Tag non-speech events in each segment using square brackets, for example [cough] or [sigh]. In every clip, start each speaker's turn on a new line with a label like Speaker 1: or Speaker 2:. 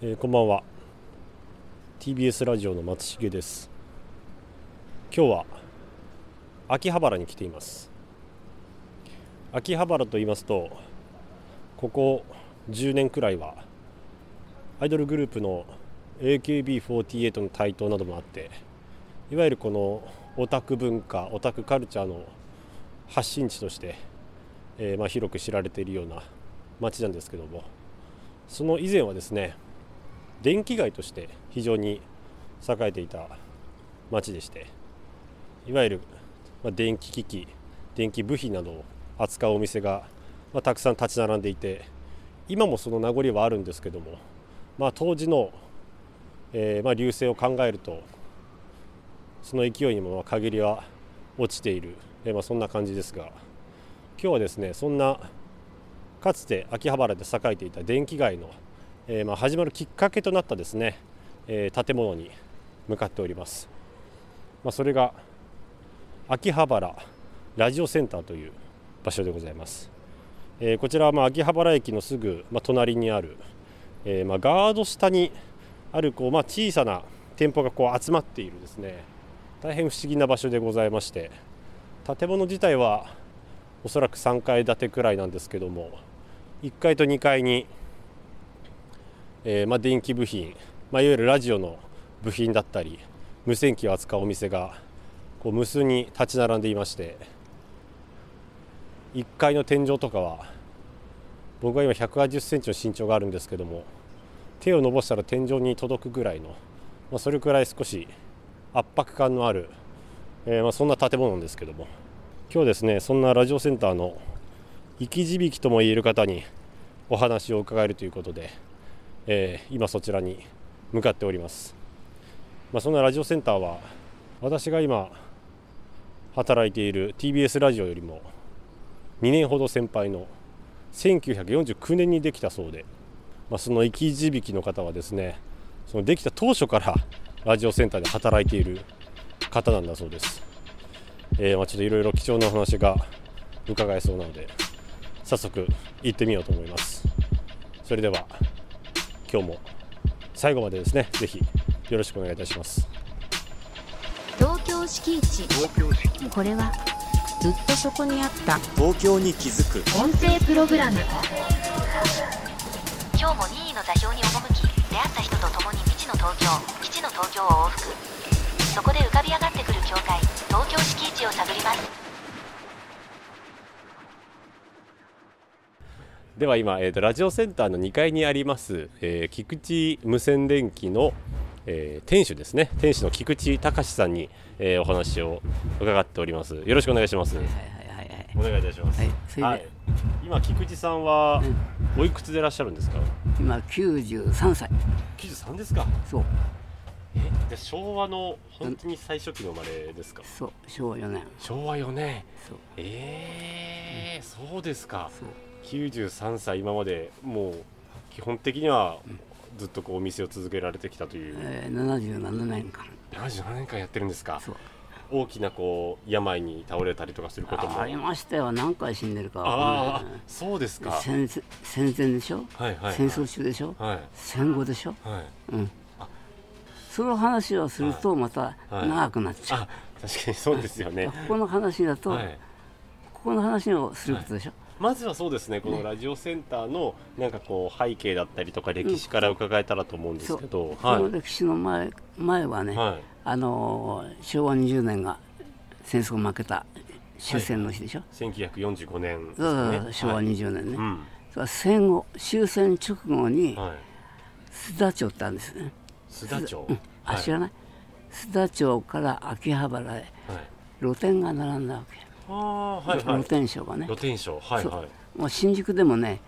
Speaker 1: えーこんばんは TBS ラジオの松重です今日は秋葉原に来ています秋葉原と言いますとここ10年くらいはアイドルグループの AKB48 の台頭などもあっていわゆるこのオタク文化オタクカルチャーの発信地として、えーまあ、広く知られているような街なんですけどもその以前はですね電気街として非常に栄えていた町でしていわゆるまあ電気機器電気部品などを扱うお店がまあたくさん立ち並んでいて今もその名残はあるんですけども、まあ、当時の、えーまあ、流星を考えるとその勢いにもまあ限りは落ちている、えーまあ、そんな感じですが今日はですねそんなかつて秋葉原で栄えていた電気街のえーまあ始まるきっかけとなったですね、えー建物に向かっております、まあ、それが秋葉原ラジオセンターという場所でございます、えーこちらはまあ秋葉原駅のすぐ、まあ、隣にある、えーまあガード下にあるこう、まあ、小さな店舗がこう集まっているですね大変不思議な場所でございまして建物自体はおそらく3階建てくらいなんですけども1階と2階にえーまあ、電気部品、まあ、いわゆるラジオの部品だったり無線機を扱うお店がこう無数に立ち並んでいまして1階の天井とかは僕は今1 8 0ンチの身長があるんですけども手を伸ばしたら天井に届くぐらいの、まあ、それくらい少し圧迫感のある、えーまあ、そんな建物なんですけども今日ですねそんなラジオセンターの生き字引ともいえる方にお話を伺えるということで。えー今そちらに向かっております、まあ、そんなラジオセンターは私が今働いている TBS ラジオよりも2年ほど先輩の1949年にできたそうで、まあ、その生き字引の方はですねそのできた当初からラジオセンターで働いている方なんだそうです、えーまあちょっといろいろ貴重なお話が伺えそうなので早速行ってみようと思いますそれでは今日も最後までですねぜひよろしくお願いいたします
Speaker 2: 東京敷地これはずっとそこにあった
Speaker 3: 東京に気づく
Speaker 2: 音声プログラム今日も任意の座標に赴き出会った人と共に未知の東京基地の東京を往復そこで浮かび上がってくる境界東京敷地を探ります
Speaker 1: では今、えーとラジオセンターの2階にあります、えー菊池無線電機の、えー店主ですね店主の菊池隆さんに、えーお話を伺っておりますよろしくお願いします
Speaker 4: はいはいはい
Speaker 1: お願いいたします
Speaker 4: はいそれで
Speaker 1: あ今菊池さんはおいくつでいらっしゃるんですか
Speaker 4: 今93歳
Speaker 1: 93ですか
Speaker 4: そう
Speaker 1: で昭和の本当に最初期の生まれですか
Speaker 4: そう昭和4年
Speaker 1: 昭和4年
Speaker 4: そう
Speaker 1: えーそうですか
Speaker 4: そう
Speaker 1: 93歳今までもう基本的にはずっとこうお店を続けられてきたという
Speaker 4: えー77年間
Speaker 1: 77年間やってるんですか
Speaker 4: そう
Speaker 1: 大きなこう病に倒れたりとかすることも
Speaker 4: ありましたよ何回死んでるかわ
Speaker 1: あ
Speaker 4: かん
Speaker 1: ー
Speaker 4: ない
Speaker 1: そうですか
Speaker 4: 戦戦前でしょ、
Speaker 1: はいはいはい
Speaker 4: 戦争中でしょ、
Speaker 1: はい
Speaker 4: 戦後でしょ
Speaker 1: はい
Speaker 4: うんその話をするとまた
Speaker 1: はい
Speaker 4: 長くなっちゃう、
Speaker 1: あ確かにそうです
Speaker 4: [laughs]
Speaker 1: よね
Speaker 4: ここの話だと、
Speaker 1: はい
Speaker 4: ここの話をすることでしょ、
Speaker 1: まずはそうですねこのラジオセンターのなんかこう背景だったりとか歴史から伺えたらと思うんです
Speaker 4: そう
Speaker 1: けど
Speaker 4: こ
Speaker 1: はい
Speaker 4: の歴史の前前はね、
Speaker 1: はい
Speaker 4: あのー昭和20年が戦争負けた終戦の日でしょ、
Speaker 1: 1945年です
Speaker 4: そうそう
Speaker 1: か
Speaker 4: そう
Speaker 1: ね
Speaker 4: 昭和20年ね、
Speaker 1: うん
Speaker 4: それは戦後終戦直後に
Speaker 1: はい
Speaker 4: 須田町ってあるんですね、
Speaker 1: 須田町
Speaker 4: あ知らない須田町から秋葉原へ
Speaker 1: はい
Speaker 4: 露店が並んだわ
Speaker 1: ああは
Speaker 4: け、
Speaker 1: いはい
Speaker 4: 露天商がね
Speaker 1: 露天商はい
Speaker 4: そ
Speaker 1: はいう
Speaker 4: もう新宿でもね、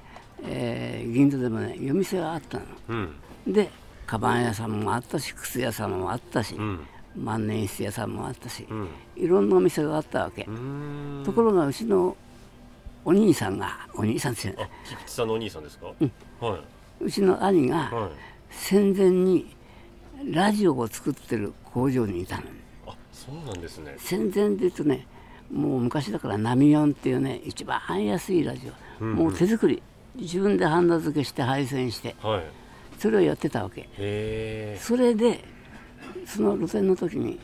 Speaker 4: えー銀座でもね夜店があったの
Speaker 1: うん
Speaker 4: でカバン屋さんもあったし靴屋さんもあったし、
Speaker 1: ん
Speaker 4: 万年筆屋さんもあったし、
Speaker 1: ん
Speaker 4: いろんなお店があったわけ、
Speaker 1: うーん
Speaker 4: ところがうちのお兄さんがお兄さんっていうの
Speaker 1: あ菊池さんのお兄さんですかはいう
Speaker 4: ちの兄が、
Speaker 1: はい
Speaker 4: 戦前にラジオを作ってる工場にいたの
Speaker 1: あそうなんですね
Speaker 4: 戦前で言うとねもう昔だからナミヨンっていうね一番安いラジオ、もう手作り自分でハンダ付けして配線して
Speaker 1: はい
Speaker 4: それをやってたわけ
Speaker 1: え
Speaker 4: それでその路線の時に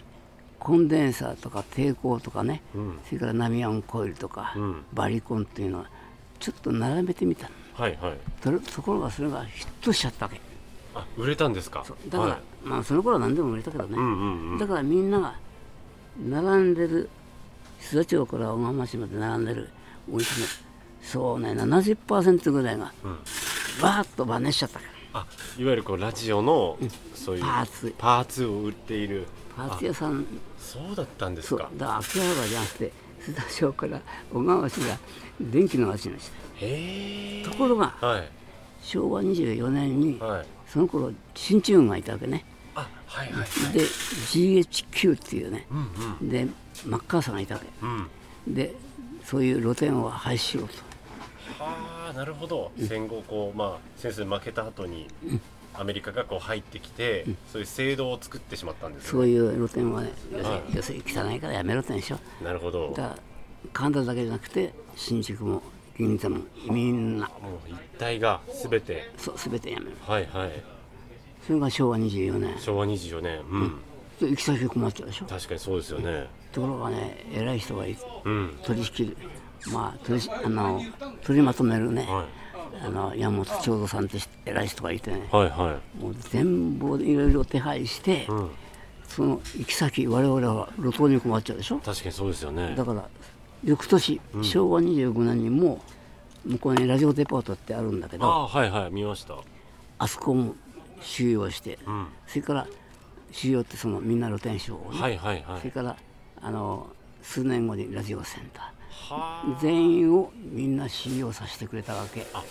Speaker 4: コンデンサーとか抵抗とかね、
Speaker 1: うん
Speaker 4: それからナミアンコイルとか、
Speaker 1: うん
Speaker 4: バリコンっていうのはちょっと並べてみたの
Speaker 1: はいはい
Speaker 4: とれところがそれがヒットしちゃったわけ
Speaker 1: あ売れたんですか
Speaker 4: そうだから、
Speaker 1: はい
Speaker 4: まあその頃は何でも売れたけどね、
Speaker 1: うんうんうん
Speaker 4: だからみんなが並んでる須田町から小浜市まで並んでるお店のそうね70%ぐらいが
Speaker 1: ん
Speaker 4: バーッと真似しちゃったから
Speaker 1: あいわゆるこうラジオのそういう
Speaker 4: パーツ
Speaker 1: パーツを売っている
Speaker 4: パーツ屋さん
Speaker 1: そうだったんです
Speaker 4: そう
Speaker 1: か
Speaker 4: だから秋葉原じゃなくて須田町から小川市が電気の街にした
Speaker 1: へえ
Speaker 4: ところが
Speaker 1: はい
Speaker 4: 昭和24年に
Speaker 1: はい
Speaker 4: その頃新チューンがいたわけね
Speaker 1: あはいはい
Speaker 4: で GHQ っていうね
Speaker 1: うんうん
Speaker 4: でマッカーサーがいたわけ
Speaker 1: うん
Speaker 4: でそういう露店を廃止しろと
Speaker 1: はあなるほど戦後こうまあ戦争に負けた後にアメリカがこう入ってきてそういう制度を作ってしまったんです
Speaker 4: そ
Speaker 1: ね
Speaker 4: ういう露店はね要する
Speaker 1: は
Speaker 4: に要するに汚いからやめろってんでしょ
Speaker 1: なるほど
Speaker 4: だから神田だけじゃなくて新宿も銀座もみんな
Speaker 1: もう一体が全て
Speaker 4: そう全てやめる
Speaker 1: はいはい
Speaker 4: それが昭和24年
Speaker 1: 昭和24年うん
Speaker 4: で行き先困っちゃうでしょ
Speaker 1: 確かにそうですよね
Speaker 4: ところがね偉い人がいて
Speaker 1: うん
Speaker 4: 取引まあ取りあの取りまとめるね、
Speaker 1: は
Speaker 4: あの山本長蔵さんって人偉い人がいてね
Speaker 1: はいは
Speaker 4: もう全部いろいろ手配して、
Speaker 1: いうん
Speaker 4: その行き先我々は路頭に困っちゃうでしょ
Speaker 1: 確かにそうですよね
Speaker 4: だから翌年、昭和25年にも向こうにラジオデパートってあるんだけどあ
Speaker 1: ああーはいはい見ました
Speaker 4: そこも収容して、
Speaker 1: ん
Speaker 4: それから収容ってそのみんな露天商をね、
Speaker 1: はいはいは
Speaker 4: それ
Speaker 1: い
Speaker 4: からあの数年後にラジオセンタ
Speaker 1: は
Speaker 4: ー全員をみんな収容させてくれたわけ、
Speaker 1: あ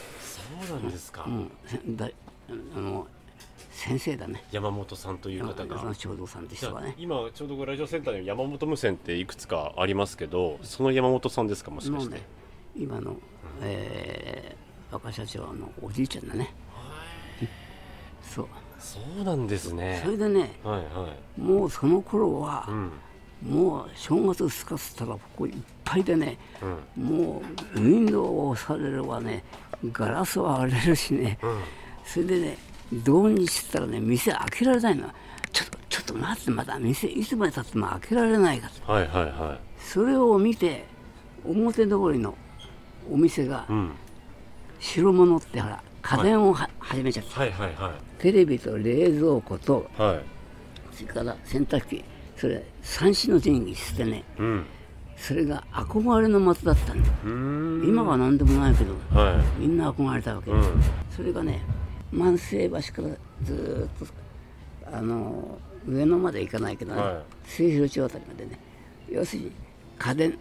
Speaker 1: そうなんですか
Speaker 4: うん、せだあの先生だね
Speaker 1: 山本さんという
Speaker 4: 山
Speaker 1: 方が
Speaker 4: 本長蔵さんって
Speaker 1: じゃ
Speaker 4: 人は
Speaker 1: あ
Speaker 4: ね
Speaker 1: 今ちょうどラジオセンターに山本無線っていくつかありますけどその山本さんですかもしか
Speaker 4: の
Speaker 1: して
Speaker 4: ね今の、えー若社長のおじいちゃんだねそう
Speaker 1: そうなんですね
Speaker 4: それでね
Speaker 1: はいは
Speaker 4: もうその頃
Speaker 1: いうん
Speaker 4: は、もう正月2日っつったらここいっぱいでね、もうウィンドウを押されるわねガラスは割れるしね、それでね同日っつったらね店開けられないのちょっとちょっと待ってまだ店いつまでたっても開けられないから
Speaker 1: はいはいは
Speaker 4: それを見て表通りのお店が
Speaker 1: いうん
Speaker 4: 白物ってほら家電をは、始めちゃった
Speaker 1: はいはいは
Speaker 4: テレビと冷蔵庫と
Speaker 1: いはい
Speaker 4: それから洗濯機それ三種の神器してね
Speaker 1: うん
Speaker 4: それが憧れの的だったんだ
Speaker 1: うーん
Speaker 4: 今は何でもないけど
Speaker 1: は
Speaker 4: みんな憧れたわけ、
Speaker 1: ん
Speaker 4: それがね万世橋からずーっとあの上野まで行かないけどね、
Speaker 1: は
Speaker 4: 末広町あたりまでね要するに家電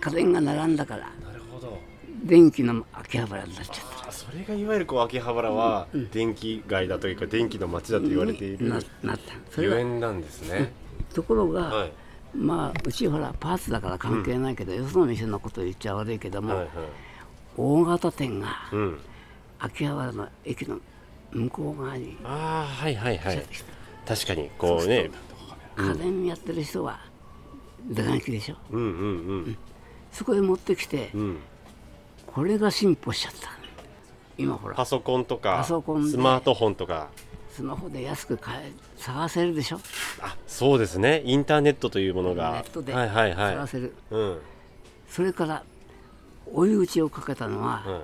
Speaker 4: 家電が並んだから
Speaker 1: いなるほど
Speaker 4: 電気の秋葉原になっちゃった
Speaker 1: あそれがいわゆるこう秋葉原は電気街だというか電気の街だと言われている
Speaker 4: ななったそれ
Speaker 1: ゆ
Speaker 4: が
Speaker 1: えんなんですね
Speaker 4: ところが、
Speaker 1: はい
Speaker 4: まあうちほらパーツだから関係ないけど、よその店のこと言っちゃ悪いけども、
Speaker 1: はいはい
Speaker 4: 大型店が
Speaker 1: うん
Speaker 4: 秋葉原の駅の向こう側に
Speaker 1: ああはいはいはい確かにこうね
Speaker 4: 家電やってる人は出がきでしょ
Speaker 1: うんうんうん
Speaker 4: そこへ持ってきて、
Speaker 1: うん
Speaker 4: これが進歩しちゃった今ほら
Speaker 1: パソコンとか
Speaker 4: パソコンで
Speaker 1: スマートフォンとか
Speaker 4: スマホで安く買え探せるでしょ
Speaker 1: あそうですねインターネットというもの
Speaker 4: ネ
Speaker 1: が
Speaker 4: ットで
Speaker 1: はいはいはい
Speaker 4: 探せる、
Speaker 1: うん
Speaker 4: それから追い打ちをかけたのは、
Speaker 1: うん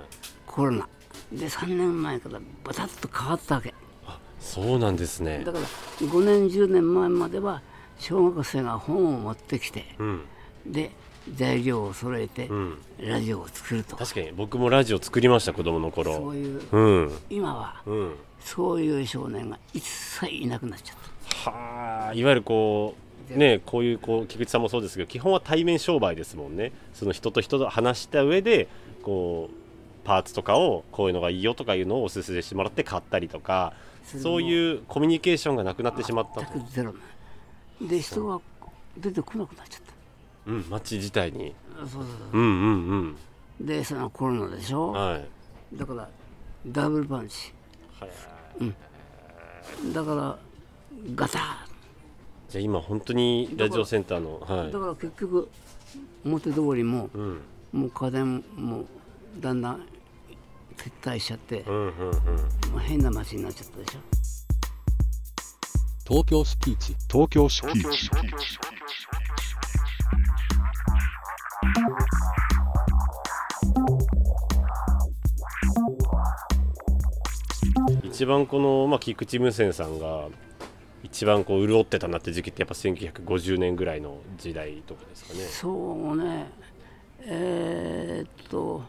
Speaker 4: コロナで3年前からバタッと変わったわけ
Speaker 1: あそうなんですね
Speaker 4: だから5年10年前までは小学生が本を持ってきて、
Speaker 1: うん
Speaker 4: で材料を揃えて、
Speaker 1: ん
Speaker 4: ラジオを作るとか
Speaker 1: 確かに僕もラジオ作りました子供の頃
Speaker 4: そういう
Speaker 1: うん
Speaker 4: 今は
Speaker 1: うん
Speaker 4: そういう少年が一切いなくなっちゃっ
Speaker 1: はあいわゆるこうねこういうこう菊池さんもそうですけど基本は対面商売ですもんねその人と人と話した上でこうパーツとかをこういうのがいいよとかいうのをおすすめしてもらって買ったりとか
Speaker 4: それも
Speaker 1: そういうコミュニケーションがなくなってしまった
Speaker 4: た
Speaker 1: と
Speaker 4: 全くゼロなので人が出てこなくなっちゃっ
Speaker 1: うん街自体に
Speaker 4: たそうそう
Speaker 1: うんうんうん
Speaker 4: そうでそのコロナでしょ
Speaker 1: はい
Speaker 4: だからダブルパンチ
Speaker 1: はい
Speaker 4: だからガタッ
Speaker 1: じゃあ今本当にラジオセンターのはい
Speaker 4: だから結局表通りも、
Speaker 1: うん
Speaker 4: もう家電もだんだん撤退しちゃって、
Speaker 1: う
Speaker 4: も
Speaker 1: んうんうん
Speaker 4: う変な街になっちゃったでしょ
Speaker 3: 東京スピーチ
Speaker 5: 東京スピーチ
Speaker 1: 一番この、まあ、菊池無線さんが一番こう潤ってたなって時期ってやっぱ1950年ぐらいの時代とかですかね
Speaker 4: そうねえーっと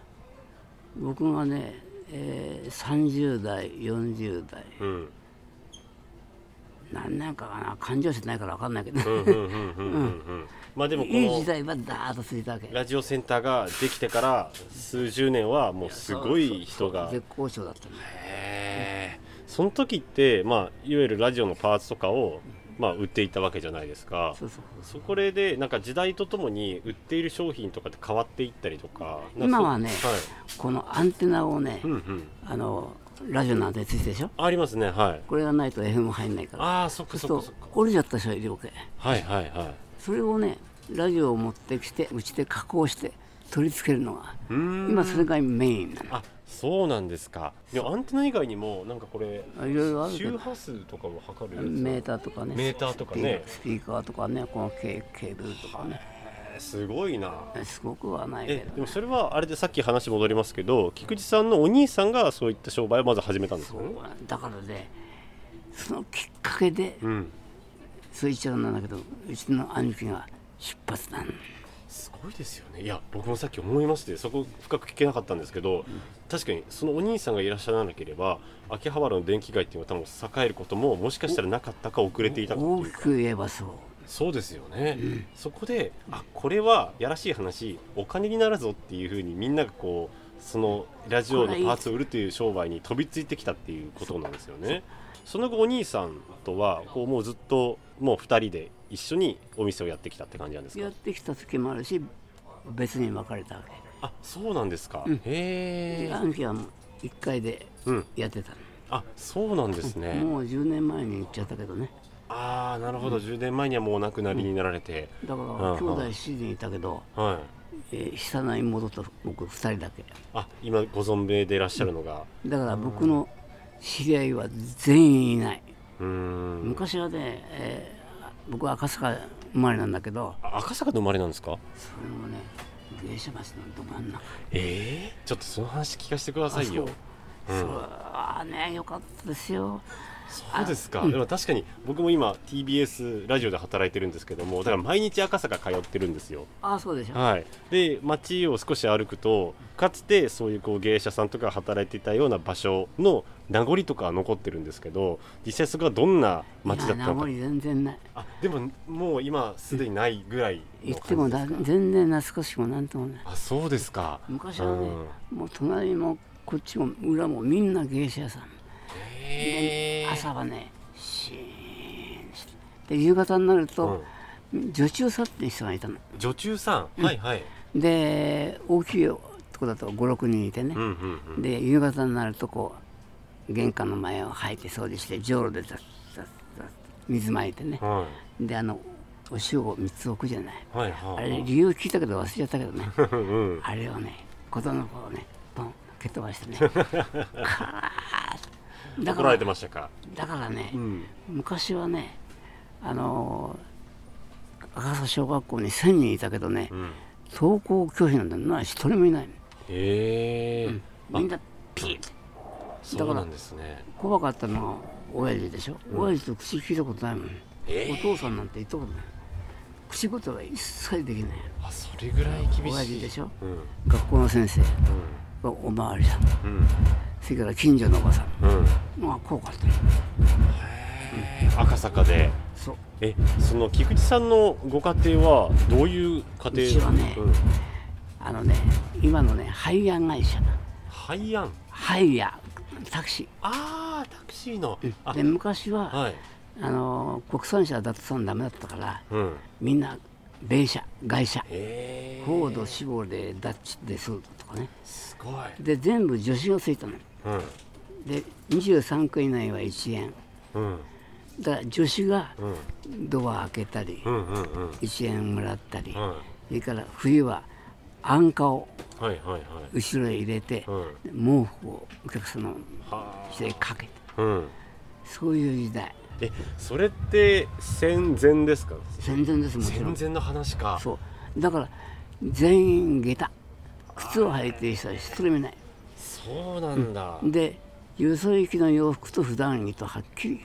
Speaker 4: 僕がね、えー30代40代
Speaker 1: うん
Speaker 4: 何年かかな感情してないから分かんないけど、
Speaker 1: うんうんうんうんうんうんまあでも
Speaker 4: [laughs]
Speaker 1: こ
Speaker 4: いい時
Speaker 1: の
Speaker 4: 代はダーッと過ぎたわけ
Speaker 1: ラジオセンターができてから数十年はもうすごい人が
Speaker 4: 絶好調だったね
Speaker 1: へえその時って、まあ、いわゆるラジオのパーツとかを、まあ、売っていたわけじゃないですか
Speaker 4: そうそう
Speaker 1: そこれでなんか時代とともに売っている商品とかって変わっていったりとかなんか
Speaker 4: 今はね
Speaker 1: そうはい
Speaker 4: このアンテナをね、
Speaker 1: うんうん、
Speaker 4: あのラジオなんてついてるでしょ
Speaker 1: ありますねはい
Speaker 4: これがないと FM 入んないから
Speaker 1: ああそっか
Speaker 4: そうす
Speaker 1: そ
Speaker 4: る
Speaker 1: っか
Speaker 4: と
Speaker 1: そっか
Speaker 4: 折れちゃった人がいるわけ
Speaker 1: はいはいはい
Speaker 4: それをねラジオを持ってきてうちで加工して取り付けるのが
Speaker 1: うーん
Speaker 4: 今それがメインなの
Speaker 1: あそうなんですかでもアンテナ以外にもなんかこれ
Speaker 4: あいろいろあるけ
Speaker 1: 周
Speaker 4: ど
Speaker 1: 波数とかを測るやつ
Speaker 4: メーターとかね
Speaker 1: メーターとかね
Speaker 4: スピーカーとかねこのケケーブルとかね
Speaker 1: えーすごいな
Speaker 4: すごくはないけ
Speaker 1: えで
Speaker 4: ど
Speaker 1: も
Speaker 4: ね
Speaker 1: それはあれでさっき話戻りますけど菊池さんのお兄さんがそういった商売をまず始めたんですよね
Speaker 4: だからねそのきっかけで
Speaker 1: うん
Speaker 4: そう言っちゃうんだけどうちの兄貴が出発なんだ
Speaker 1: すごいですよねいや僕もさっき思いましてそこ深く聞けなかったんですけど、確かにそのお兄さんがいらっしゃらなければ秋葉原の電気街っていうのは多分栄えることももしかしたらなかったか遅れていたかって
Speaker 4: 大
Speaker 1: いう
Speaker 4: き
Speaker 1: か
Speaker 4: く言えばそう
Speaker 1: そうですよね、そこであこれはやらしい話お金になるぞっていうふうにみんながこうそのラジオのパーツを売るという商売に飛びついてきたっていうことなんですよねその後お兄さんとはこうもうずっともう2人で一緒にお店をやってきたって感じなんです
Speaker 4: や
Speaker 1: か
Speaker 4: ってきた時もあるし別に別れたわけ
Speaker 1: あそうなんですか、へえ
Speaker 4: 兄貴はもう1回で
Speaker 1: うん
Speaker 4: やってたの、
Speaker 1: あそうなんですね、
Speaker 4: もう10年前に行っちゃったけどね
Speaker 1: ああなるほど、10年前にはもうお亡くなりになられて、
Speaker 4: だか
Speaker 1: うんうん
Speaker 4: ら兄弟7人いたけど、
Speaker 1: はい
Speaker 4: えー久名に戻った僕2人だけ
Speaker 1: あ今ご存命でいらっしゃるのが
Speaker 4: だから僕の知り合いは全員いないう
Speaker 1: ーん
Speaker 4: 昔はね、えー僕は赤坂生まれなんだけど
Speaker 1: あ赤坂の生まれなんですか
Speaker 4: それもね芸者橋のど真ん中
Speaker 1: ええちょっとその話聞かせてくださいよ。
Speaker 4: あそう、そうあねよかったですよ
Speaker 1: そうですか。でも確かに僕も今 TBS ラジオで働いてるんですけども、だから毎日赤坂通ってるんですよ。
Speaker 4: あそうでしょ
Speaker 1: はい。で街を少し歩くと、かつてそういうこう芸者さんとかが働いていたような場所の名残とかは残ってるんですけど、実際そこはどんな街だっ
Speaker 4: いや名
Speaker 1: たのか
Speaker 4: 残。全然ない
Speaker 1: あ、でももう今すでにないぐらいの
Speaker 4: 行っても
Speaker 1: 感じで
Speaker 4: だ
Speaker 1: すか。
Speaker 4: 全然懐かしくもなんともない
Speaker 1: あ、そうですか。
Speaker 4: 昔はね
Speaker 1: うん、
Speaker 4: もう隣もこっちも裏もみんな芸者屋さん
Speaker 1: へえ。
Speaker 4: 朝はねシーンしてで夕方になると、女中さんって人がいたの
Speaker 1: 女中さん。はいはい。
Speaker 4: で大きいとこだと56人いてね
Speaker 1: うん、うんうん。
Speaker 4: で夕方になるとこう玄関の前を掃いて掃除してじょうろでザッザッザッ水まいてね
Speaker 1: は
Speaker 4: であのお塩を3つ置くじゃない
Speaker 1: い、はいはい、
Speaker 4: あれ理由聞いたけど忘れちゃったけどね
Speaker 1: うん、
Speaker 4: あれをね子供の頃ねポン蹴っ飛ばして
Speaker 1: [laughs]
Speaker 4: ねカーッだ
Speaker 1: 怒
Speaker 4: からら
Speaker 1: れてましたか。
Speaker 4: だからね、
Speaker 1: ん
Speaker 4: 昔はねあのー赤坂小学校に1000人いたけどね、
Speaker 1: ん
Speaker 4: 登校拒否なんてのは一人もいない
Speaker 1: へえ、
Speaker 4: みんなピーって
Speaker 1: そうなんですね。
Speaker 4: 怖かったのは親父でしょ、親父と口聞いたことないもん、お父さんなんて言ったことない口言は一切できない
Speaker 1: あ、それぐらい厳
Speaker 4: 親
Speaker 1: し
Speaker 4: 父
Speaker 1: い。
Speaker 4: でしょ、
Speaker 1: うん、うん、
Speaker 4: 学校の先生、おまわりさんそれから近所のおばさん
Speaker 1: うん、
Speaker 4: まあ怖かったの
Speaker 1: 赤坂で。
Speaker 4: そう
Speaker 1: え、その菊池さんのご家庭はどういう家庭。
Speaker 4: うちはね
Speaker 1: うん、
Speaker 4: あのね今のね廃ヤン会社
Speaker 1: 廃案。
Speaker 4: ハイヤタクシ
Speaker 1: ああ、タクシーの。あ
Speaker 4: ーで、昔は、
Speaker 1: はい。
Speaker 4: あの国産車だとさんダメだったから
Speaker 1: うん。
Speaker 4: みんな米車外車
Speaker 1: へえ。
Speaker 4: フォードシボレーダッチですとかね
Speaker 1: すごい。
Speaker 4: で全部助手がついたの
Speaker 1: うん、
Speaker 4: で23区以内は1円
Speaker 1: うん、
Speaker 4: だから助手が
Speaker 1: ん
Speaker 4: ドア開けたり
Speaker 1: うん、うん、うん。
Speaker 4: 1円もらったり
Speaker 1: うん
Speaker 4: それから冬は安価を
Speaker 1: はいはいはい
Speaker 4: 後ろへ入れて、
Speaker 1: うん
Speaker 4: 毛布をお客様の
Speaker 1: は
Speaker 4: 人にかけて
Speaker 1: あうん
Speaker 4: そういう時代
Speaker 1: えそれって戦前ですか
Speaker 4: 戦前ですもちろん
Speaker 1: 戦前の話か
Speaker 4: そうだから全員下駄靴を履いている人は一人もいない
Speaker 1: そうなんだ、
Speaker 4: でよそ行きの洋服と普段着とはっきり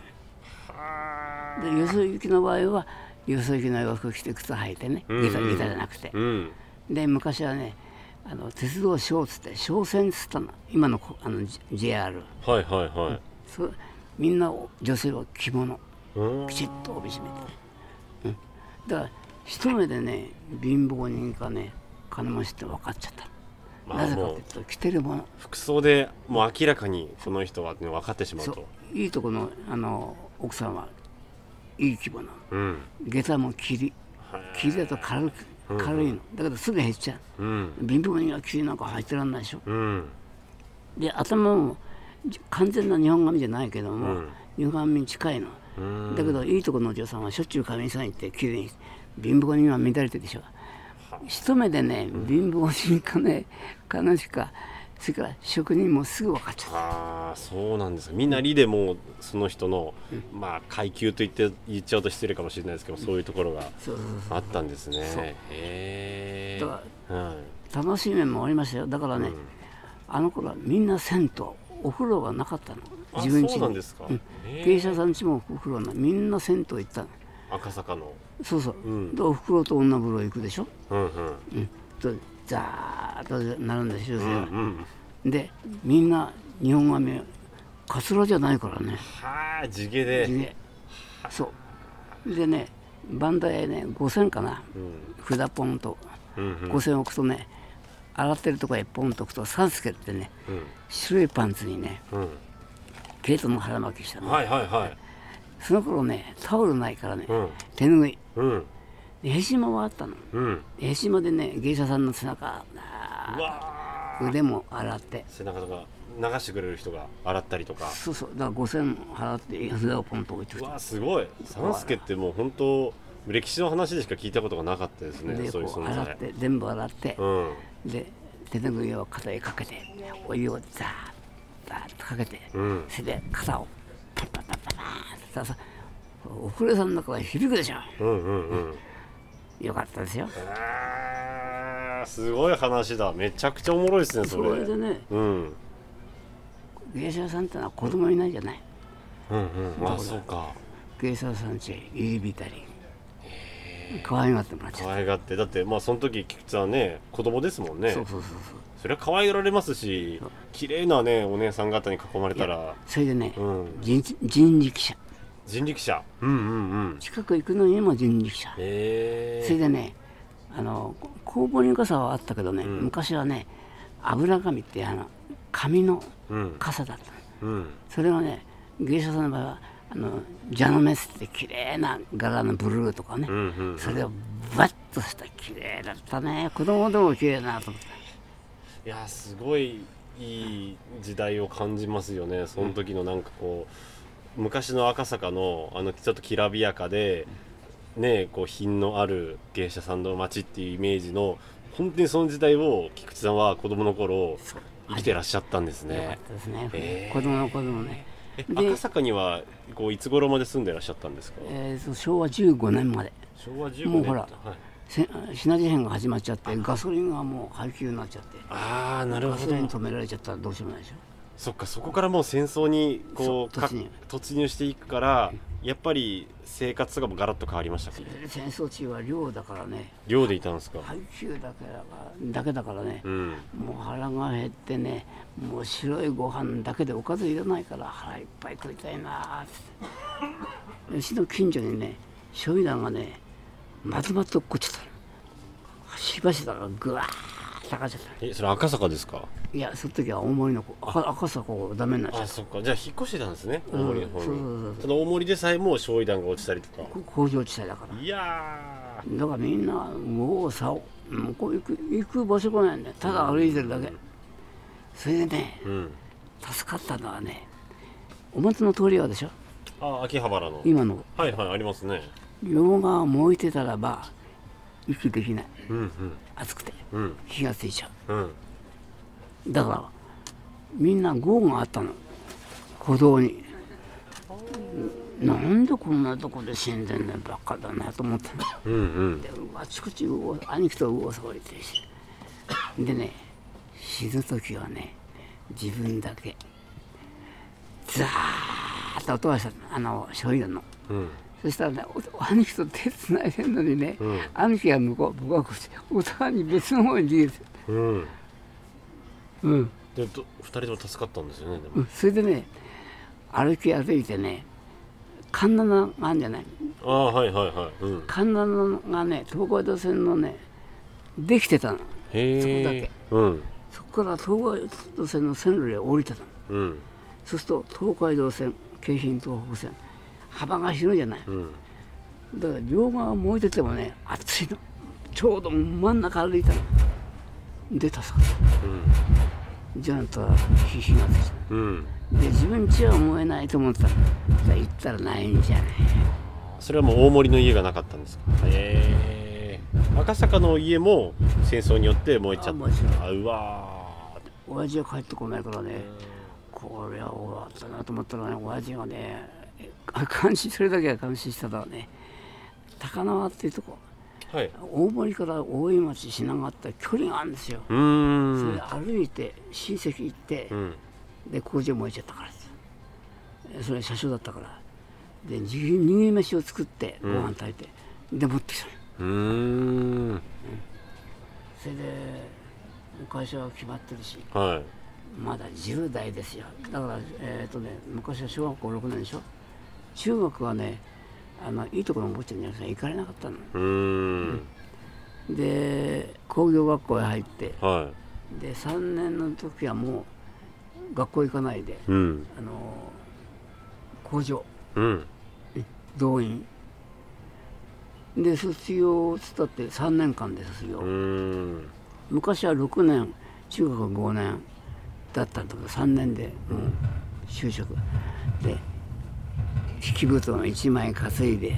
Speaker 4: でよそ行きの場合はよそ行きの洋服着て靴履いてね
Speaker 1: うんうん
Speaker 4: 下駄下駄じゃなくて
Speaker 1: うん
Speaker 4: で昔はねあの鉄道小つって小線っつったの今のこあの J- JR
Speaker 1: はいはいはい
Speaker 4: そうみんな女性は着物
Speaker 1: うん
Speaker 4: きちっと帯締めて、うん、だから一目でね貧乏人かね金持ちって分かっちゃった、
Speaker 1: まあ
Speaker 4: なぜか
Speaker 1: も
Speaker 4: といううと着てるもの
Speaker 1: 服装でもう明らかにこの人はっていうのが分かってしまう
Speaker 4: そ
Speaker 1: と
Speaker 4: ういいとこのあの奥さんはいい着物
Speaker 1: うん
Speaker 4: 下駄も霧霧だと軽く軽いのだけどすぐ減っちゃう
Speaker 1: うん
Speaker 4: 貧乏人が霧なんか入ってらんないでしょ
Speaker 1: うん
Speaker 4: で頭もじ完全な日本髪じゃないけども、日本髪に近いの、だけどいいとこのお嬢さんはしょっちゅう髪さん行って綺麗に貧乏人は乱れてるでしょ一目でね貧乏人かね悲しかそれから職人もすぐ分かっちゃっ
Speaker 1: ああそうなんですみなりでもうその人の、まあ階級と言って言っちゃうと失礼かもしれないですけどそういうところが
Speaker 4: たそうそう
Speaker 1: あったんですね
Speaker 4: そう
Speaker 1: へえ
Speaker 4: だか
Speaker 1: はい
Speaker 4: そう楽しい面もありましたよだからね、あの頃はみんな銭湯お風呂がなかったの
Speaker 1: あ
Speaker 4: 自分
Speaker 1: そう
Speaker 4: 家
Speaker 1: なん
Speaker 4: に
Speaker 1: ですか、へー
Speaker 4: 芸者さんちもお風呂なみんな銭湯行ったの
Speaker 1: 赤坂の
Speaker 4: そうそう、
Speaker 1: うん
Speaker 4: でおふくろと女風呂行くでしょ
Speaker 1: うんうん
Speaker 4: とザーッとなるんですよ、それ
Speaker 1: うん
Speaker 4: が
Speaker 1: うん
Speaker 4: でみんな日本髪カツラじゃないからね
Speaker 1: はあ地毛で
Speaker 4: 地毛そうでねバンダイね5000かな、札ポンと、
Speaker 1: うんうん
Speaker 4: 5000置くとね洗ってるとこへポンと置くとサンスケってね白いパンツにね
Speaker 1: うん
Speaker 4: 毛糸の腹巻きした
Speaker 1: うん
Speaker 4: の
Speaker 1: はいはいはい
Speaker 4: その頃ねタオルないからね、
Speaker 1: うん
Speaker 4: 手拭い
Speaker 1: うん
Speaker 4: でへしまはあったの
Speaker 1: うん
Speaker 4: へしまでね芸者さんの背中あ
Speaker 1: うわ
Speaker 4: ー腕も洗って
Speaker 1: ー背中とか流してくれる人が洗ったりとか
Speaker 4: そうそうだから5000払って札をポンと置いて
Speaker 1: う
Speaker 4: く
Speaker 1: わーすごい三助ってもう本当歴史の話でしか聞いたことがなかったです
Speaker 4: れ
Speaker 1: ね
Speaker 4: でこ
Speaker 1: そういう
Speaker 4: う
Speaker 1: 存
Speaker 4: 洗
Speaker 1: 在
Speaker 4: って全部洗って
Speaker 1: うん
Speaker 4: で手ぬぐいを肩にかけてお湯をザーッザーッとかけて
Speaker 1: うん
Speaker 4: それで肩をパッパッパッパッパーンってささお風呂さんの中が響くでしょ
Speaker 1: うんうんうん
Speaker 4: よかったですよ
Speaker 1: あーすごい話だめちゃくちゃおもろいですねそ
Speaker 4: それ
Speaker 1: れ
Speaker 4: でね
Speaker 1: うん
Speaker 4: 芸者さんってのは子供いないじゃない
Speaker 1: うんうんあそうか
Speaker 4: 芸者さんちへ入り浸り可愛がってもらっちゃっ
Speaker 1: 可愛がってだってまあその時菊池さんね子供ですもん
Speaker 4: た
Speaker 1: ね
Speaker 4: そうそうそうそう
Speaker 1: それは可愛がられますし綺麗なねお姉さん方に囲まれたら
Speaker 4: それでね、
Speaker 1: うん
Speaker 4: 人人力車
Speaker 1: 人力車うんうんうん
Speaker 4: 近く行くのにも人力車
Speaker 1: へ
Speaker 4: それ
Speaker 1: え
Speaker 4: でねあのこ工房に傘はあったけどね、昔はね油紙ってあの紙の
Speaker 1: うん
Speaker 4: 傘だったの、
Speaker 1: うん
Speaker 4: それをね芸者さんの場合はあの蛇のメスって綺麗な柄のブルーとかね、
Speaker 1: うんうん
Speaker 4: それをバッとした綺麗だったね子供でも綺麗だなと思って
Speaker 1: いやーすごいいい時代を感じますよねその時のなんかこう昔の赤坂のあのちょっときらびやかでねこう品のある芸者さんの街っていうイメージの本当にその時代を菊池さんは子供の頃生きてらっしゃったんです
Speaker 4: よかっ
Speaker 1: ね
Speaker 4: たですね、
Speaker 1: えー
Speaker 4: 子供の子供ね
Speaker 1: え
Speaker 4: で
Speaker 1: 赤坂にはこういつ頃まで住んでらっしゃったんですか
Speaker 4: えーと昭和15年まで
Speaker 1: 昭和15年
Speaker 4: もうほら
Speaker 1: はい
Speaker 4: せ品事変が始まっちゃってガソリンがもう配給になっちゃって
Speaker 1: ああなる
Speaker 4: ガ
Speaker 1: ほ
Speaker 4: ソリン
Speaker 1: ど
Speaker 4: 止められちゃったらどうしようもないでしょ
Speaker 1: そっかそこからもう戦争にこう
Speaker 4: そう
Speaker 1: か
Speaker 4: 突入
Speaker 1: 突入していくからやっぱり生活とかもガラッと変わりましたかね
Speaker 4: 戦争中は寮だからね
Speaker 1: 寮でいたんですか、
Speaker 4: 配給だけだからだけだからね
Speaker 1: う、ん
Speaker 4: もう腹が減ってねもう白いご飯だけでおかずいらないから腹いっぱい食いたいなーってうちの近所にね醤油団がねまとまって落っこっちゃったのしばしだからぐわーって上がっちゃったの
Speaker 1: えそれ赤坂ですか
Speaker 4: いやその時は大森の子赤赤坂をダメになっちゃっ
Speaker 1: あ
Speaker 4: た
Speaker 1: そっかじゃあ引っ越してたんですね大
Speaker 4: ん
Speaker 1: 森の方
Speaker 4: そうそうそう
Speaker 1: にただ大森でさえも焼夷弾が落ちたりとか
Speaker 4: こ工場地帯だから
Speaker 1: いや
Speaker 4: だからみんな右往左往もうこう行く行く場所がないんだよただ歩いてるだけそれでね
Speaker 1: ーうん
Speaker 4: 助かったのはねお松の通りはでしょ
Speaker 1: あ秋葉原の
Speaker 4: 今の
Speaker 1: はいはいありますね
Speaker 4: 両側燃えてたらば息できない
Speaker 1: うん
Speaker 4: 暑くて
Speaker 1: うんうん
Speaker 4: 火がついちゃ
Speaker 1: うん
Speaker 4: うだからみんな豪雨があったの歩道になんでこんなとこで死んでんねんばっかだなと思って
Speaker 1: うんうん
Speaker 4: であちこち右往兄貴と右往左往してるしでね死ぬ時はね自分だけザーッと音がしたあの焼夷弾の
Speaker 1: うん
Speaker 4: そしたらねお兄貴と手つないでんのにね、兄貴が向こう僕はこっちお互いに別の方に逃げて
Speaker 1: うん
Speaker 4: うん、
Speaker 1: でと二人とも助かったんですよねで
Speaker 4: う
Speaker 1: も
Speaker 4: ん、それでね歩き歩いてね環七があるんじゃない
Speaker 1: ああはいはいはいうん
Speaker 4: 環七がね東海道線のねできてたのそこだ
Speaker 1: へえ
Speaker 4: け
Speaker 1: うん
Speaker 4: そこから東海道線の線路へ降りてたの
Speaker 1: うん
Speaker 4: そうすると東海道線京浜東北線幅が広いじゃない
Speaker 1: うん
Speaker 4: だから両側燃えててもね暑いのちょうど真ん中歩いたので助かった、じゃあと火がついた
Speaker 1: うん
Speaker 4: で自分家は燃えないと思ってたじゃあ行ったらないんじゃない
Speaker 1: それはもう大森の家がなかったんですかへえ赤坂の家も戦争によって燃えちゃ
Speaker 4: あ
Speaker 1: っ
Speaker 4: 燃えちゃった
Speaker 1: たあうわ
Speaker 4: 親父が帰ってこないからねこれは終わったなと思ったらね親父がねえあ監視それだけは監視してたらね高輪っていうとこ
Speaker 1: ーはい
Speaker 4: 大森から大井町品川って距離があるんですよ、
Speaker 1: うー
Speaker 4: それ
Speaker 1: ん
Speaker 4: で歩いて親戚行って、
Speaker 1: うん
Speaker 4: で工場燃えちゃったからですえそれ車掌だったからで逃げ逃げ飯を作ってご飯炊いて、で持ってきたの
Speaker 1: うーん
Speaker 4: それで会社は決まってるし
Speaker 1: はい
Speaker 4: まだ10代ですよだからえっ、とね昔は小学校6年でしょ中学はねあのいいところのお坊ちゃんじゃなくて行かれなかったの
Speaker 1: うーん
Speaker 4: で工業学校へ入って
Speaker 1: は
Speaker 4: で3年の時はもう学校行かないで
Speaker 1: いうん
Speaker 4: あの工場
Speaker 1: うん
Speaker 4: 動員で卒業っつったって3年間で卒業、
Speaker 1: うーん
Speaker 4: 昔は6年中学5年だったんだけど3年でもう就職で引き布団1枚担いで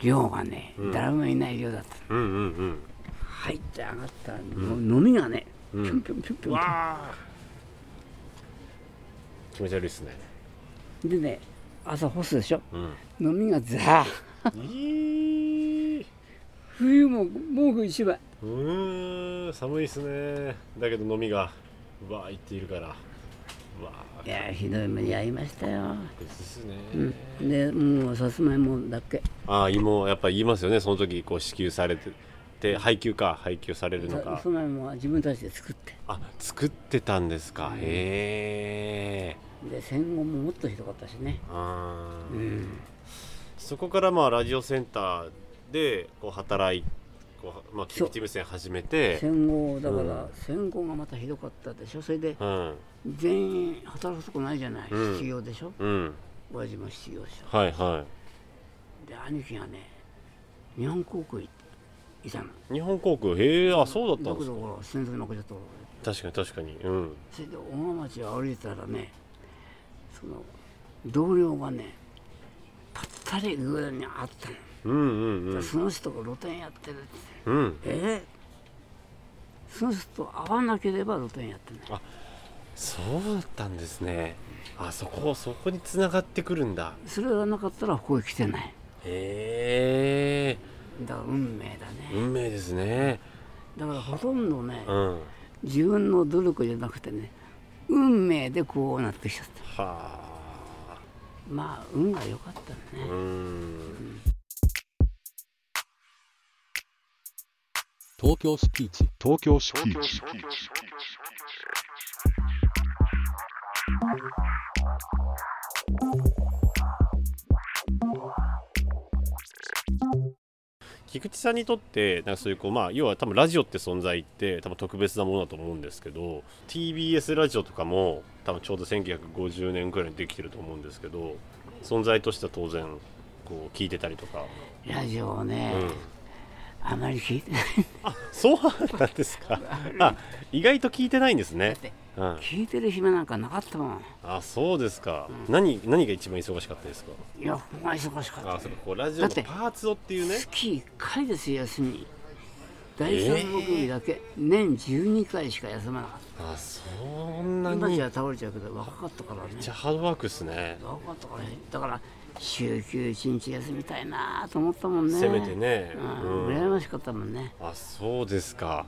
Speaker 4: 寮がね、誰もいない寮だった
Speaker 1: うんうんうん
Speaker 4: 入って上がったら、もう飲みがねピ
Speaker 1: ん
Speaker 4: ョンピョンピョンピョン
Speaker 1: わあ気持ち悪いですね
Speaker 4: でね朝干すでしょ
Speaker 1: うん
Speaker 4: 飲みがザー
Speaker 1: いいう
Speaker 4: 冬も毛布一枚
Speaker 1: ーん寒いですねだけど飲みがうわーいっているからうわ
Speaker 4: い
Speaker 1: ー
Speaker 4: やひどい目に遭いましたよ
Speaker 1: 別ですね、
Speaker 4: でもうさつまいもだっけ
Speaker 1: ああ芋やっぱ言いますよねその時こう支給されてで配給か配給されるの
Speaker 4: さ
Speaker 1: か
Speaker 4: つまいもは自分たちで作って
Speaker 1: あ作ってたんですかへえ
Speaker 4: で戦後ももっとひどかったしね
Speaker 1: あー
Speaker 4: うん
Speaker 1: そこからまあラジオセンターでこう働いこうまあ
Speaker 4: そ
Speaker 1: 菊
Speaker 4: う
Speaker 1: 池無線始めて
Speaker 4: 戦後だから
Speaker 1: うん
Speaker 4: 戦後がまたひどかったでしょそれで
Speaker 1: うん
Speaker 4: 全員働くとこないじゃない
Speaker 1: うん
Speaker 4: 失業でしょ
Speaker 1: うん
Speaker 4: 親父も失業でしょ
Speaker 1: はいは
Speaker 4: で兄貴がね日本航空行っていたの
Speaker 1: い日本航空へえあそうだったんで
Speaker 4: 僕
Speaker 1: す
Speaker 4: の頃戦争に負けちゃった頃
Speaker 1: 確かに確かにうん
Speaker 4: それで小川町を歩いてたらねその同僚がねぱったり偶然に会ったの、
Speaker 1: うんうん
Speaker 4: その人が露店やってるって
Speaker 1: うんうん
Speaker 4: えーその人と会わなければ露店やってない
Speaker 1: そうだったんですねあそこそこに繋がってくるんだ
Speaker 4: それがなかったらここへ来てない
Speaker 1: へえ
Speaker 4: だから運命だね
Speaker 1: 運命ですね
Speaker 4: だからほとんどね
Speaker 1: うんは
Speaker 4: 自分の努力じゃなくてね運命でこうなってきちゃった
Speaker 1: あ
Speaker 4: まあ運が良かったね
Speaker 1: うん
Speaker 3: 東京スピーチ
Speaker 5: 東京スピーチ
Speaker 1: 菊池さんにとってなんかそういうこうまあ要は多分ラジオって存在って多分特別なものだと思うんですけど TBS ラジオとかも多分ちょうど1950年くらいにできてると思うんですけど存在としては当然こう聞いてたりとか、
Speaker 4: ラジオをね、
Speaker 1: うん、
Speaker 4: あまり聞いてない
Speaker 1: そうなんですかあ意外と聞いてないんですね
Speaker 4: って、
Speaker 1: うん、
Speaker 4: 聞いてる暇なんかなかったもん
Speaker 1: あそうですか、何何が一番忙しかったですか
Speaker 4: いやほんま忙しかった
Speaker 1: あそうかこうラジオの
Speaker 4: だ
Speaker 1: パ
Speaker 4: って
Speaker 1: ーツをっていうね
Speaker 4: 月1回ですよ休み第3木曜日だけ年12回しか休まなかっ
Speaker 1: あそん
Speaker 4: た
Speaker 1: な
Speaker 4: 今
Speaker 1: に
Speaker 4: じ
Speaker 1: めっ
Speaker 4: ゃ倒れちゃうけど若かったからね
Speaker 1: ちゃハードワークっすね
Speaker 4: 若かったからねだから週休1日休みたいなと思ったもんね
Speaker 1: せめてね
Speaker 4: う
Speaker 1: うん
Speaker 4: ん、羨ましかったもんね
Speaker 1: あそうですか、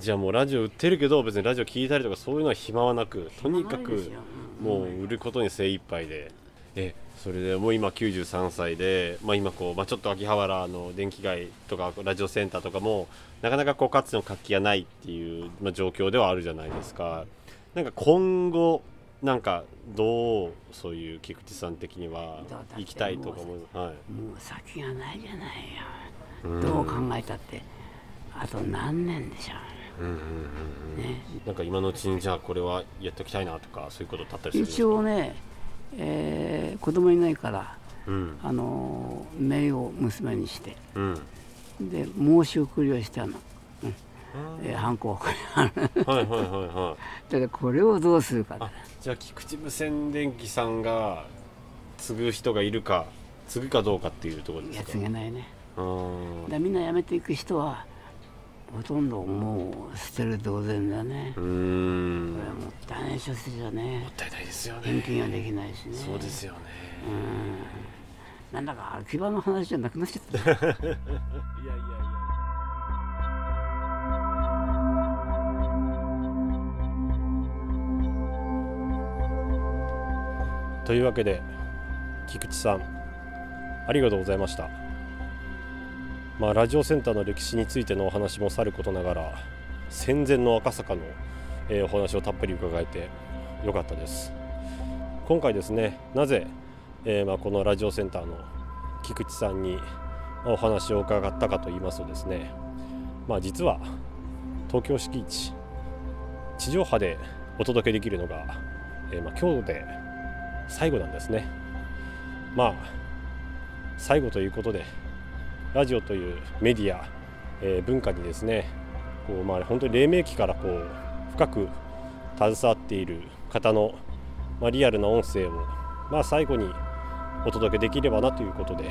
Speaker 1: じゃあもうラジオ売ってるけど別にラジオ聞いたりとかそういうのは暇はなくとにか
Speaker 4: 暇ないです
Speaker 1: く
Speaker 4: よ
Speaker 1: もう売ることに精一杯でえそれでもう今93歳で、まあ、今こう、まあ、ちょっと秋葉原の電気街とかラジオセンターとかもなかなかこうかつての活気がないっていう、まあ、状況ではあるじゃないですかなんか今後なんかどうそういう菊池さん的には
Speaker 4: どうだって
Speaker 1: 行きたいとか思う、はい、
Speaker 4: もう先がないじゃないよどう考えたってあと何年でしょうね
Speaker 1: なんか今のうちにじゃあこれはやっておきたいなとかそういうことだったりするんです
Speaker 4: 一
Speaker 1: か
Speaker 4: 応ね、えー子供いないから
Speaker 1: うん
Speaker 4: あのー姪を娘にして
Speaker 1: うんは
Speaker 4: で申し送りをしてあの、うんえー、ハンコ [laughs] を
Speaker 1: いはいはいはい
Speaker 4: だからこれをどうするか
Speaker 1: あじゃあ菊池無線電機さんが継ぐ人がいるか継ぐかどうかっていうところ
Speaker 4: い
Speaker 1: で
Speaker 4: や
Speaker 1: すか
Speaker 4: 継げないね
Speaker 1: う
Speaker 4: だ
Speaker 1: ー
Speaker 4: か
Speaker 1: ん
Speaker 4: らみんな辞めていく人はほとんどもう捨てる同然だね
Speaker 1: うー
Speaker 4: こ
Speaker 1: ん
Speaker 4: れは
Speaker 1: も
Speaker 4: もったいない処置じゃね
Speaker 1: ったいないですよ
Speaker 4: 返金
Speaker 1: ね
Speaker 4: はできないしね
Speaker 1: そうですよね
Speaker 4: なんだか秋葉の話じゃなくなっちゃった
Speaker 1: いやいやいやというわけで菊池さんありがとうございました、まあ、ラジオセンターの歴史についてのお話もさることながら戦前の赤坂の、えーお話をたっぷり伺えてよかったです今回ですねなぜ、えーまあ、このラジオセンターの菊池さんにお話を伺ったかと言いますとですね、まあ、実は東京敷地地上波でお届けできるのが、えーまあ、今日で最後なんですねまあ最後ということでラジオというメディア、えー文化にですねこう、まあ、本当に黎明期からこう深く携わっている方の、まあ、リアルな音声を、まあ、最後にお届けできればなということで、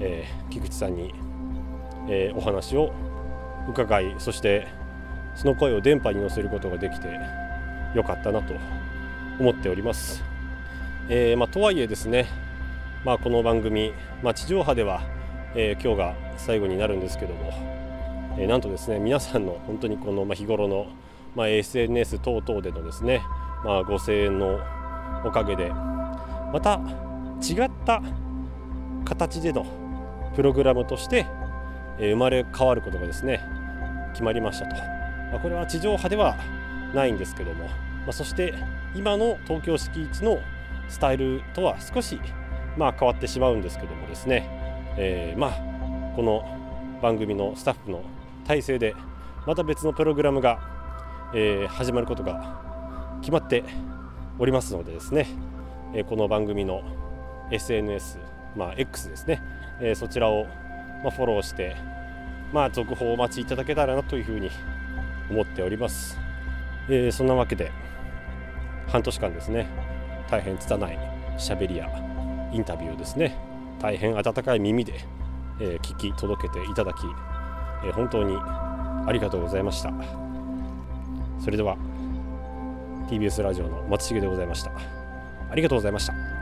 Speaker 1: えー菊池さんに、えーお話を伺いそしてその声を電波に乗せることができてよかったなと思っております。えーまあ、とはいえですね、まあ、この番組、まあ、地上波では、えー今日が最後になるんですけども、えーなんとですね皆さんの本当にこの、まあ、日頃の、まあ、SNS 等々でのですね、まあ、ご声援のおかげでまた違った形でのプログラムとして、えー生まれ変わることがですね決まりましたと、まあ、これは地上波ではないんですけども、まあ、そして今の東京敷地のスタイルとは少し、まあ、変わってしまうんですけどもですね、えーまあこの番組のスタッフの体制でまた別のプログラムが、えー始まることが決まっておりますのでですね、えーこの番組の SNS、まあ、X ですね、えーそちらを、まあ、フォローして、まあ、続報をお待ちいただけたらなというふうに思っております、えーそんなわけで半年間ですね大変拙い喋りやインタビューをですね大変温かい耳で、えー聞き届けていただき、えー本当にありがとうございましたそれでは TBS ラジオの松重でございましたありがとうございました